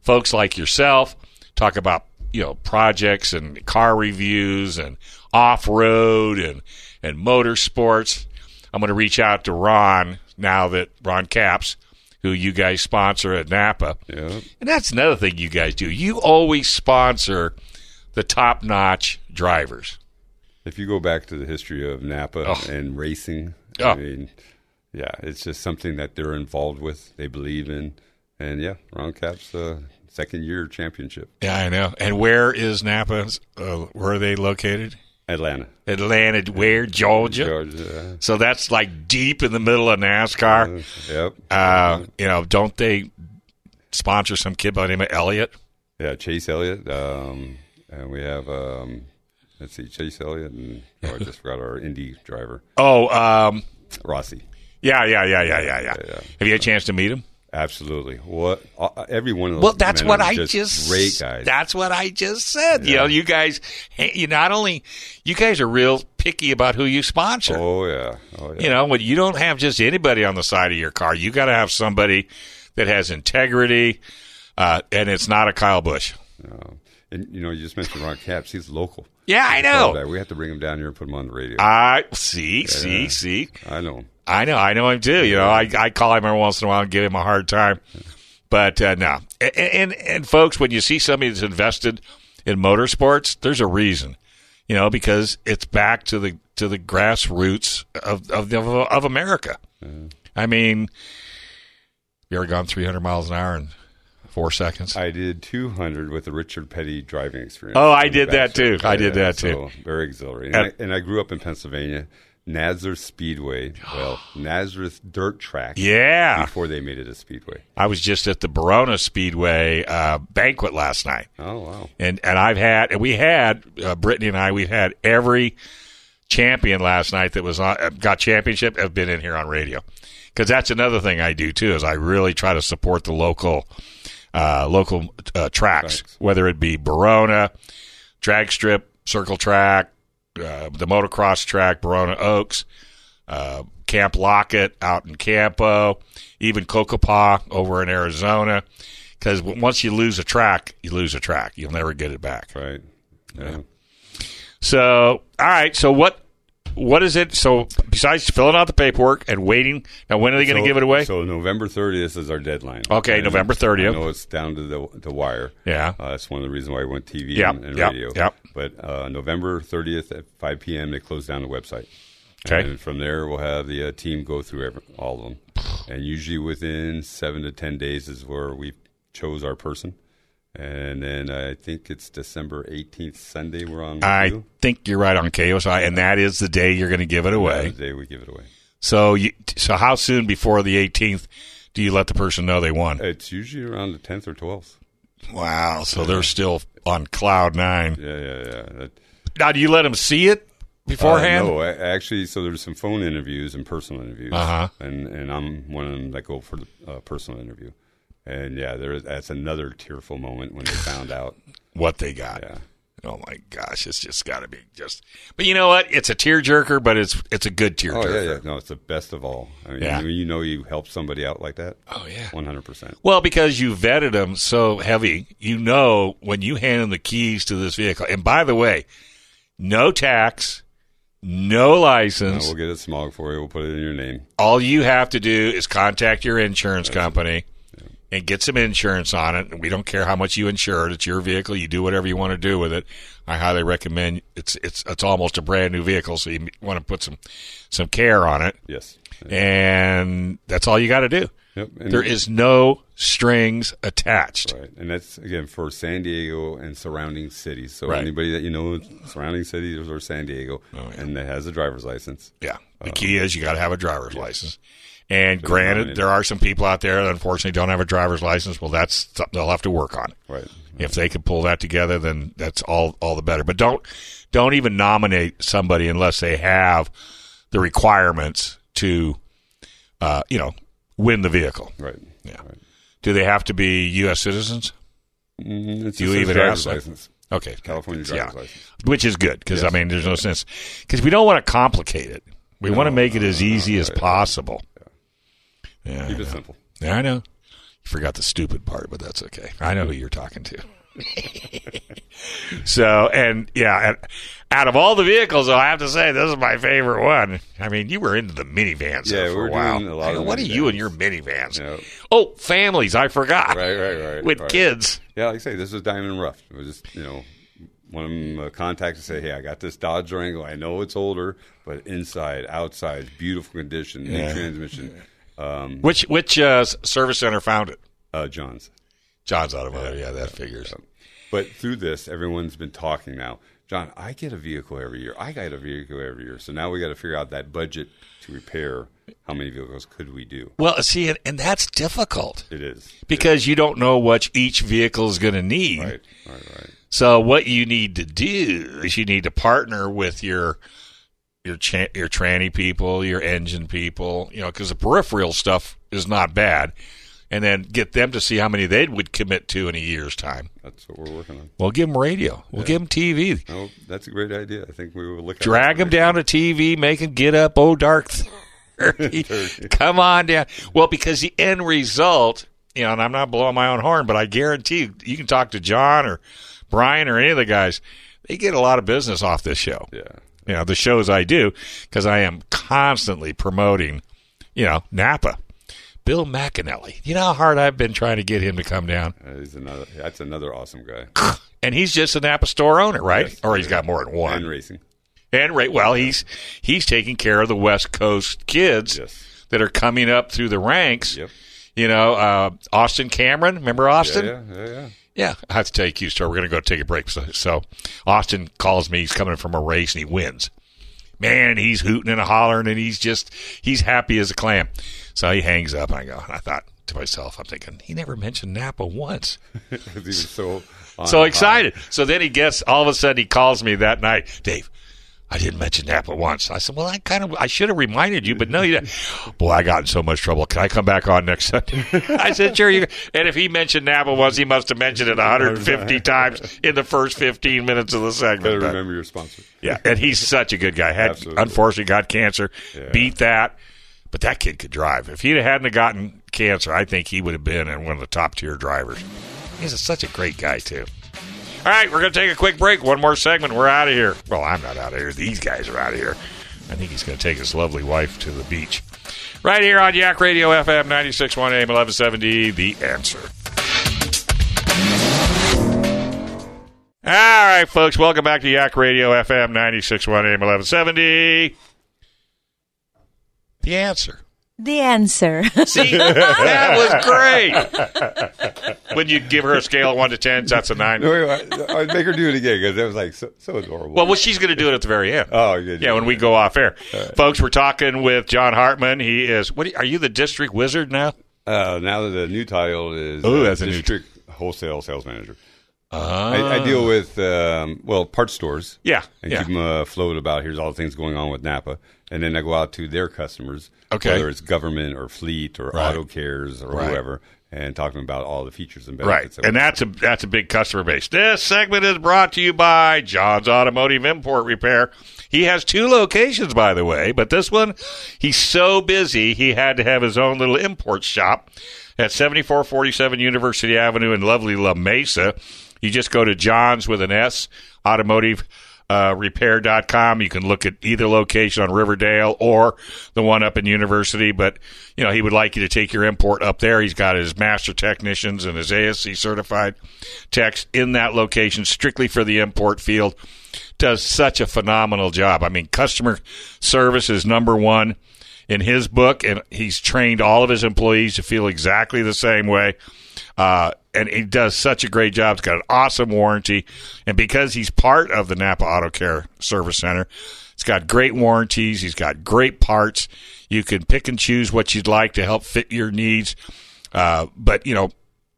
C: folks like yourself, talk about you know projects and car reviews and off road and and motorsports. I'm going to reach out to Ron now that Ron Caps, who you guys sponsor at Napa.
D: Yeah.
C: And that's another thing you guys do. You always sponsor the top notch drivers.
D: If you go back to the history of Napa
C: Oh.
D: and racing,
C: Oh.
D: I mean, yeah, it's just something that they're involved with, they believe in, and yeah, Round Caps uh, second year championship,
C: Yeah, I know. And where is Napa's? Uh, where are they located?
D: Atlanta,
C: Atlanta, where? Georgia.
D: Georgia.
C: So that's like deep in the middle of NASCAR.
D: Yep.
C: Uh, you know, don't they sponsor some kid by the name of Elliott?
D: Yeah, Chase Elliott. Um, and we have um, let's see, Chase Elliott, and oh, I just forgot our Indy driver
C: Oh, um,
D: Rossi.
C: yeah, yeah, yeah, yeah, yeah, yeah.
D: yeah.
C: Have you had a chance to meet him?
D: Absolutely. What uh, every one of those.
C: Well, that's
D: men
C: what
D: are
C: I
D: just,
C: just,
D: great guys.
C: That's what I just said. You know, you guys, hey, you not only you guys are real picky about who you sponsor.
D: oh yeah. Oh yeah.
C: You know, when you don't have just anybody on the side of your car, you got to have somebody that has integrity, uh, and it's not a Kyle Busch.
D: Um, and you know, you just mentioned Ron Caps. He's local.
C: Yeah, I
D: He's a
C: know.
D: guy. We have to bring him down here and put him on the radio. I,
C: I see, see, see.
D: know. him.
C: I know, I know him too. You know, I, I call him every once in a while and give him a hard time, but uh, no. And, and and folks, when you see somebody that's invested in motorsports, there's a reason, you know, because it's back to the to the grassroots of of the, of America. I mean, you ever gone 300 miles an hour in four seconds?
D: I did 200 with the Richard Petty driving experience.
C: Oh, I
D: In
C: did that
D: Baxter.
C: too. I did that
D: so very exhilarating. And, I, and I grew up in Pennsylvania, Nazareth Speedway. Well, Nazareth Dirt Track.
C: yeah,
D: Before they made it a speedway.
C: I was just at the Barona Speedway uh, banquet last night.
D: Oh wow.
C: and and I've had and we had uh, Brittany and I we've had every champion last night that was on uh, got championship have been in here on radio because that's another thing I do too is I really try to support the local uh, local uh, tracks whether it be Barona, drag strip, circle track, uh, the motocross track, Barona Oaks. Uh, Camp Lockett out in Campo, even Kokopah over in Arizona. Because once you lose a track, you lose a track. You'll never get it back.
D: Right. Yeah.
C: So, all right. So what? What is it? So besides filling out the paperwork and waiting, now when are they going to
D: So-
C: give it away?
D: So November 30th is our deadline.
C: Okay, November 30th.
D: I know it's down to the, the wire.
C: Yeah.
D: Uh, that's one of the reasons why I went TV
C: Yep,
D: and, and
C: yep,
D: radio.
C: yep.
D: But uh, November 30th at 5 p.m., they close down the website.
C: Okay.
D: And from there, we'll have the uh, team go through every, all of them. And usually within seven to 10 days is where we chose our person. And then I think it's December 18th, Sunday, we're on.
C: I
D: review.
C: think you're right on KOSI, and that is the day you're going to give it
D: Uh,
C: away.
D: the day we give it away.
C: So, you, so how soon before the 18th do you let the person know they won?
D: It's usually around the 10th or 12th.
C: Wow! So they're still on cloud nine.
D: Yeah, yeah, yeah. That-
C: Now, do you let them see it beforehand?
D: Uh, no, I, actually, so there's some phone interviews and personal interviews,
C: Uh-huh.
D: and and I'm one of them that go for the uh, personal interview, and yeah, there is that's another tearful moment when they found out.
C: What they got?
D: Yeah,
C: Oh my gosh! It's just got to be just. But you know what? It's a tearjerker, but it's it's a good tearjerker.
D: oh yeah, yeah, no, it's the best of all. I mean,
C: Yeah.
D: when you know you help somebody out like that.
C: Oh, yeah.
D: one hundred percent.
C: Well, because you vetted them so heavy, you know when you hand them the keys to this vehicle. And by the way, no tax, no license.
D: We'll get a smog for you. We'll put it in your name.
C: all you have to do is contact your insurance company and get some insurance on it. And we don't care how much you insure it; it's your vehicle. You do whatever you want to do with it. I highly recommend. It's it's it's almost a brand new vehicle, so you want to put some some care on it.
D: Yes.
C: And that's all you got to do.
D: Yep. And,
C: There is no strings attached.
D: Right. And that's again for San Diego and surrounding cities. So
C: Right. Oh,
D: anybody that you know, in surrounding cities or San Diego, and that has a driver's license.
C: Yeah. The key is you got to have a driver's license. And granted, there are some people out there that unfortunately don't have a driver's license. Well, that's something they'll have to work on.
D: Right.
C: If they could pull that together, then that's all all the better. But don't don't even nominate somebody unless they have the requirements to, uh, you know, win the vehicle.
D: Right.
C: Yeah. Do they have to be U.S. citizens?
D: Mm, it's
C: Do you
D: just a
C: even
D: driver's
C: ask that?
D: license?
C: Okay,
D: California driver's license.
C: which is good because I mean, there's no sense because we don't want to complicate it. We want to make it as easy as possible. Yeah,
D: Keep
C: I
D: it
C: know.
D: simple.
C: Yeah, I know. You forgot the stupid part, but that's okay. I know who you're talking to. so, and yeah, and out of all the vehicles, I have to say this is my favorite one. I mean, you were into the minivans there
D: Yeah,
C: for
D: we were
C: a while.
D: doing a lot
C: I
D: of
C: go, what are you
D: minivans.
C: and your minivans?
D: Yeah.
C: Oh, families, I forgot.
D: Right, right, right,
C: With
D: right.
C: kids.
D: Yeah, like I say, this was Diamond Rough. It was just, you know, one of them uh, contacted say, hey, I got this Dodge Durango. I know it's older, but inside, outside, beautiful condition, new transmission. Um,
C: Which which uh, s- service center found it?
D: uh, John's.
C: John's Automotive. Yeah, that figures.
D: But through this, everyone's been talking now. John, I get a vehicle every year. I get a vehicle every year. So now we got to figure out that budget to repair. How many vehicles could we do?
C: Well, see, and, and that's difficult
D: It is
C: because you don't know what each vehicle is going to need.
D: right, right, right.
C: So what you need to do is you need to partner with your your cha- your tranny people, your engine people, you know, because the peripheral stuff is not bad, and then get them to see how many they would commit to in a year's time.
D: That's what we're working on.
C: We'll give them radio. We'll give 'em give them TV.
D: No, Oh, that's a great idea. I think we will look. at
C: Drag
D: it.
C: them down to TV, make them get up. Oh, dark 30. Come on down. Well, because the end result, you know, and I'm not blowing my own horn, but I guarantee you, you can talk to John or Brian or any of the guys. They get a lot of business off this show.
D: Yeah,
C: You know, the shows I do, because I am constantly promoting, you know, Napa. Bill McAnally. You know how hard I've been trying to get him to come down?
D: Uh, he's another. That's another awesome guy.
C: And he's just a Napa store owner, right?
D: Yes.
C: Or he's got more than one.
D: And racing.
C: And right, well, he's he's taking care of the West Coast kids
D: Yes.
C: that are coming up through the ranks.
D: Yep.
C: You know, uh, Austin Cameron, remember
D: Yeah,
C: Austin?
D: yeah, yeah, yeah.
C: Yeah, I have to tell you, Q Star, we're going to go take a break. So, so Austin calls me. He's coming from a race and he wins. Man, he's hooting and hollering and he's just, he's happy as a clam. So he hangs up and I go, and I thought to myself, I'm thinking, he never mentioned Napa once.
D: 'Cause he was so on
C: so
D: high.
C: excited. So then he gets, all of a sudden he calls me that night, Dave. I didn't mention Napa once. I said, "Well, I kind of, I should have reminded you, but no, you didn't." Boy, I got in so much trouble. Can I come back on next Sunday? I said, "Sure." You can." And if he mentioned Napa once, he must have mentioned it 150 times in the first 15 minutes of the
D: Better
C: segment. But-
D: remember your sponsor.
C: yeah, and he's such a good guy. Had
D: Absolutely.
C: unfortunately got cancer, beat that, but that kid could drive. If he hadn't have gotten cancer, I think he would have been in one of the top tier drivers. He's a, such a great guy too. All right, we're gonna take a quick break. One more segment. We're out of here. Well, I'm not out of here. These guys are out of here. I think he's gonna take his lovely wife to the beach. Right here on Yak Radio FM 96.1 AM 1170, The Answer. All right, folks, welcome back to Yak Radio FM 961 AM 1170. The answer.
F: The answer.
C: See, that was great. when you give her a scale of 1 to 10, that's a 9.
D: No, wait, wait, I'd make her do it again because that was like so, so adorable.
C: Well, well, she's going to do it at the very end.
D: Oh, yeah,
C: yeah.
D: yeah,
C: When we go off air, folks, we're talking with John Hartman. He is. What are you- are you the district wizard now?
D: uh, now that the new title is
C: Ooh,
D: uh,
C: that's a new- Ah.
D: district wholesale sales manager. I, I deal with um, well parts stores.
C: Yeah,
D: and
C: yeah.
D: keep them afloat about here's all the things going on with Napa, and then I go out to their customers,
C: Okay.
D: whether it's government or fleet or
C: Right.
D: auto cares or
C: Right.
D: whoever, and talk to them about all the features and
C: Right,
D: benefits.
C: and
D: we-
C: that's a that's a big customer base. This segment is brought to you by John's Automotive Import Repair. He has two locations, by the way, but this one, he's so busy he had to have his own little import shop at seventy four forty seven University Avenue in lovely La Mesa. You just go to John's with an S Automotive. Uh, repair.com. You can look at either location on Riverdale or the one up in University. But, you know, he would like you to take your import up there. He's got his master technicians and his ASC certified techs in that location strictly for the import field. Does such a phenomenal job. I mean, customer service is number one in his book, and he's trained all of his employees to feel exactly the same way. Uh, and he does such a great job. He's got an awesome warranty. And because he's part of the Napa Auto Care Service Center, it's got great warranties. He's got great parts. You can pick and choose what you'd like to help fit your needs. Uh, but, you know,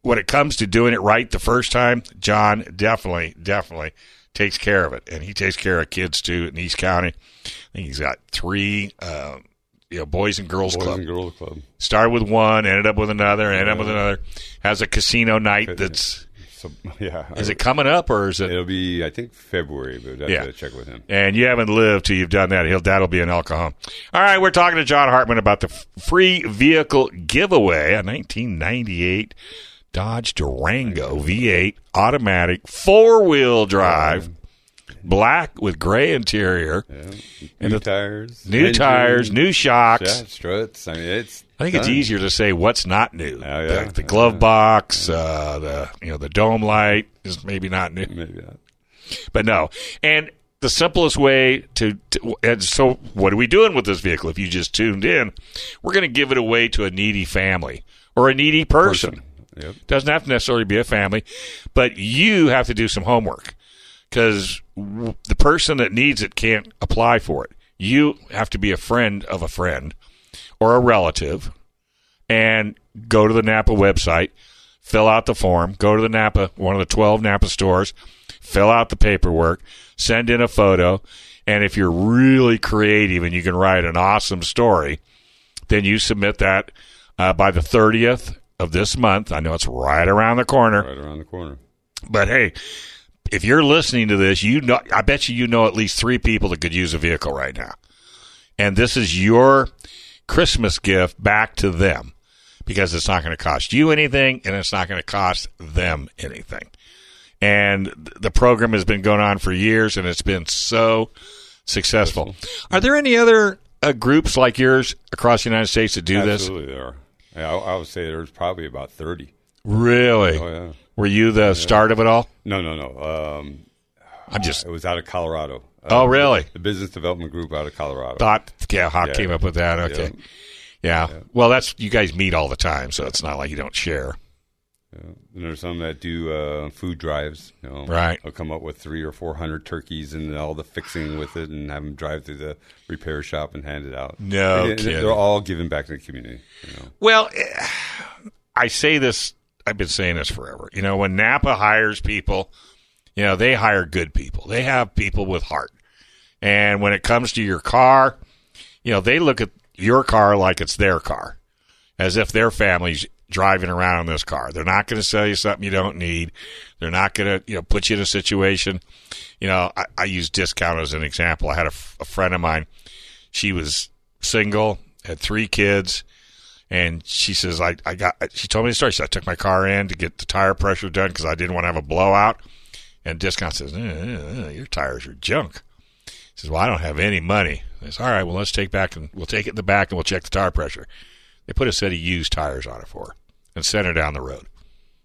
C: when it comes to doing it right the first time, John definitely, definitely takes care of it, and he takes care of kids too in East County. I think he's got three, uh, you know, boys and girls
D: Boys
C: club.
D: and Girls Club.
C: Started with one, ended up with another, ended up with another. Has a casino night that's.
D: So, yeah,
C: Is it coming up or is it?
D: It'll be I think February, but I have to check with him.
C: And you haven't lived till you've done that. He'll that'll be an alcohol. All right, we're talking to John Hartman about the f- free vehicle giveaway, a 1998 Dodge Durango V8 automatic four-wheel drive, black with gray interior,
D: New tires,
C: new
D: engine,
C: tires, new
D: yeah,
C: shocks.
D: struts. I mean, it's.
C: I think it's
D: done.
C: easier to say what's not new.
D: Oh, yeah.
C: the, the glove box, uh, the you know the dome light is maybe not new.
D: Maybe not.
C: but no. And the simplest way to, to and so what are we doing with this vehicle? If you just tuned in, we're going to give it away to a needy family or a needy person.
D: Yep.
C: Doesn't have to necessarily be a family, but you have to do some homework because the person that needs it can't apply for it. You have to be a friend of a friend or a relative and go to the Napa website, fill out the form, go to the Napa, one of the 12 Napa stores, fill out the paperwork, send in a photo, and if you're really creative and you can write an awesome story, then you submit that uh, by the 30th of this month. I know it's right around the corner.
D: Right around the corner.
C: But hey, if you're listening to this, you know I bet you you know at least three people that could use a vehicle right now. And this is your Christmas gift back to them because it's not going to cost you anything and it's not going to cost them anything. And th- the program has been going on for years and it's been so successful. Are there any other uh, groups like yours across the United States that do this?
D: Absolutely, there are. Yeah, I, I would say there's probably about thirty.
C: Really?
D: Oh yeah.
C: Were you the start of it all?
D: No, no, no. Um,
C: I'm just
D: it was out of Colorado.
C: Oh,
D: Um,
C: really?
D: The business development group out of Colorado.
C: thought yeah Hawk
D: Yeah.
C: came up with that okay yeah. well that's you guys meet all the time so it's not like you don't share
D: And there's some that do uh, food drives. You know,
C: Right.
D: They'll come up with three or four hundred turkeys and all the fixing with it, and have them drive through the repair shop and hand it out.
C: No
D: And- and
C: kidding.
D: they're all giving back to the community. You know,
C: well eh, I say this I've been saying this forever you know when Napa hires people you know they hire good people they have people with heart and when it comes to your car you know they look at your car like it's their car as if their family's driving around in this car. They're not going to sell you something you don't need. They're not going to you know put you in a situation. You know, I, I use discount as an example. I had a, f- a friend of mine. She was single, had three kids, and she says, "I I got." She told me the story. She said, "I took my car in to get the tire pressure done because I didn't want to have a blowout." And discount says, "Eh, eh, eh, "Your tires are junk." He says, "Well, I don't have any money." I says, "All right, well, let's take back and we'll take it in the back and we'll check the tire pressure." They put a set of used tires on it for her and sent her down the road.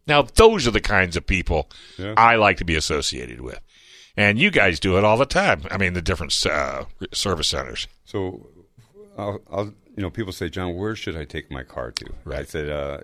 C: Now, those are the kinds of people I like to be associated with. And you guys do it all the time. I mean, the different uh, service centers.
D: so I'll, I'll, you know, people say, John, where should I take my car to? I
C: Right.
D: said, uh,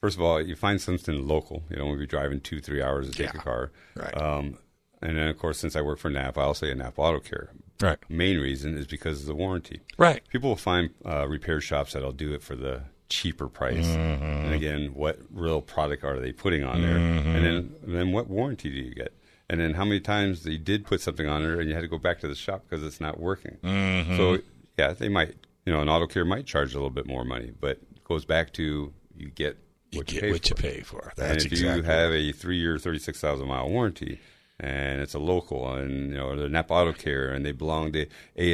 D: first of all, you find something local. You don't want to be driving two, three hours to take a car.
C: Right.
D: Um, and then, of course, since I work for NAP, I'll say a NAP Auto Care.
C: Right.
D: Main reason is because of the warranty.
C: Right.
D: People will find uh, repair shops that'll do it for the cheaper price.
C: Mm-hmm.
D: And again, what real product are they putting on there?
C: Mm-hmm.
D: And then, then what warranty do you get? And then how many times they did put something on there and you had to go back to the shop because it's not working.
C: Mm-hmm.
D: So yeah, they might, you know, an auto care might charge a little bit more money, but it goes back to you get
C: You
D: what
C: get
D: you, pay
C: what
D: for.
C: you pay for.
D: And
C: That's
D: if
C: exactly
D: you have a three-year, thirty-six thousand mile warranty, and it's a local, and you know they're NAP Auto Care, and they belong to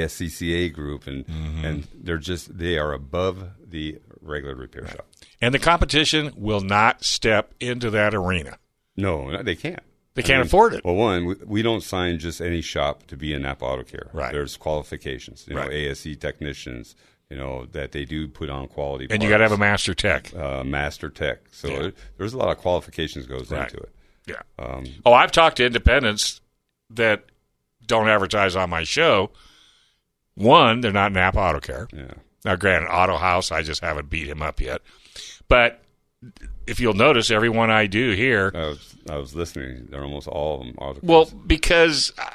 D: ASCCA group, and
C: Mm-hmm.
D: and they're just they are above the regular repair shop.
C: And the competition will not step into that arena.
D: No, no, they can't.
C: They can't afford it.
D: Well, one, we, we don't sign just any shop to be a NAP Auto Care.
C: Right.
D: There's qualifications. You
C: Right.
D: know, ASC technicians. You know that they do put on quality.
C: And you got to have a
D: parts,
C: master tech.
D: uh, master tech. So
C: Yeah.
D: there- there's a lot of qualifications goes
C: Right.
D: into it.
C: Yeah.
D: Um,
C: Oh, I've talked to independents that don't advertise on my show. One, they're not Napa Auto Care.
D: yeah.
C: Now, granted, Auto House, I just haven't beat him up yet. But if you'll notice, everyone I do here,
D: I was, I was listening. They're almost all of them. All the
C: well,
D: kids,
C: because I-